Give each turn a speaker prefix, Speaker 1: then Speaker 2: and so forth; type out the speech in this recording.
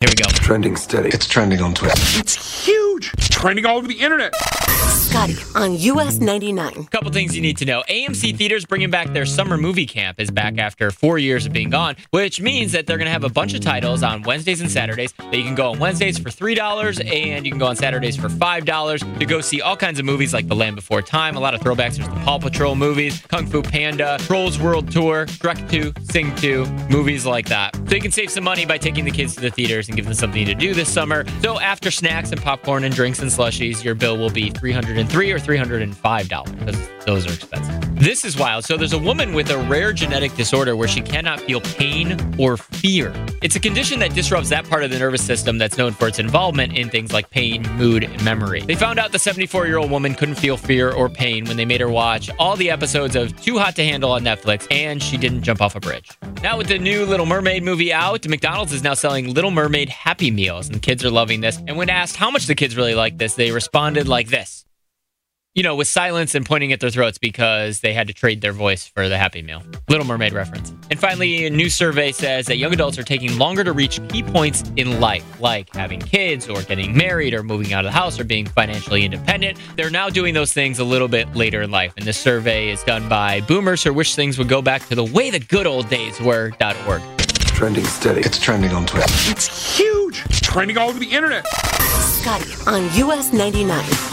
Speaker 1: Here we go.
Speaker 2: Trending steady.
Speaker 3: It's trending on Twitter.
Speaker 4: It's huge. It's trending all over the internet.
Speaker 5: Scotty on US 99.
Speaker 1: Couple things you need to know. AMC Theaters bringing back their summer movie camp is back after four years of being gone, which means that they're going to have a bunch of titles on Wednesdays and Saturdays that you can go on Wednesdays for $3 and you can go on Saturdays for $5 to go see all kinds of movies like The Land Before Time, a lot of throwbacks. There's the Paw Patrol movies, Kung Fu Panda, Trolls World Tour, Shrek 2, Sing 2, movies like that. So you can save some money by taking the kids to the theaters and giving them something to do this summer. So after snacks and popcorn and drinks and slushies, your bill will be 303 or 305 dollars because those are expensive. This is wild. So there's a woman with a rare genetic disorder where she cannot feel pain or fear. It's a condition that disrupts that part of the nervous system that's known for its involvement in things like pain, mood, and memory. They found out the 74-year-old woman couldn't feel fear or pain when they made her watch all the episodes of Too Hot to Handle on Netflix and she didn't jump off a bridge. Now with the new Little Mermaid movie out, McDonald's is now selling Little Mermaid Happy Meals and kids are loving this. And when asked how much the kids really like this, they responded like this you know, with silence and pointing at their throats because they had to trade their voice for the Happy Meal. Little Mermaid reference. And finally, a new survey says that young adults are taking longer to reach key points in life, like having kids or getting married or moving out of the house or being financially independent. They're now doing those things a little bit later in life. And this survey is done by boomers who wish things would go back to the way the good old days were.org.
Speaker 2: Trending steady.
Speaker 3: It's trending on Twitter.
Speaker 4: It's huge. It's trending all over the internet.
Speaker 5: Scotty on US 99.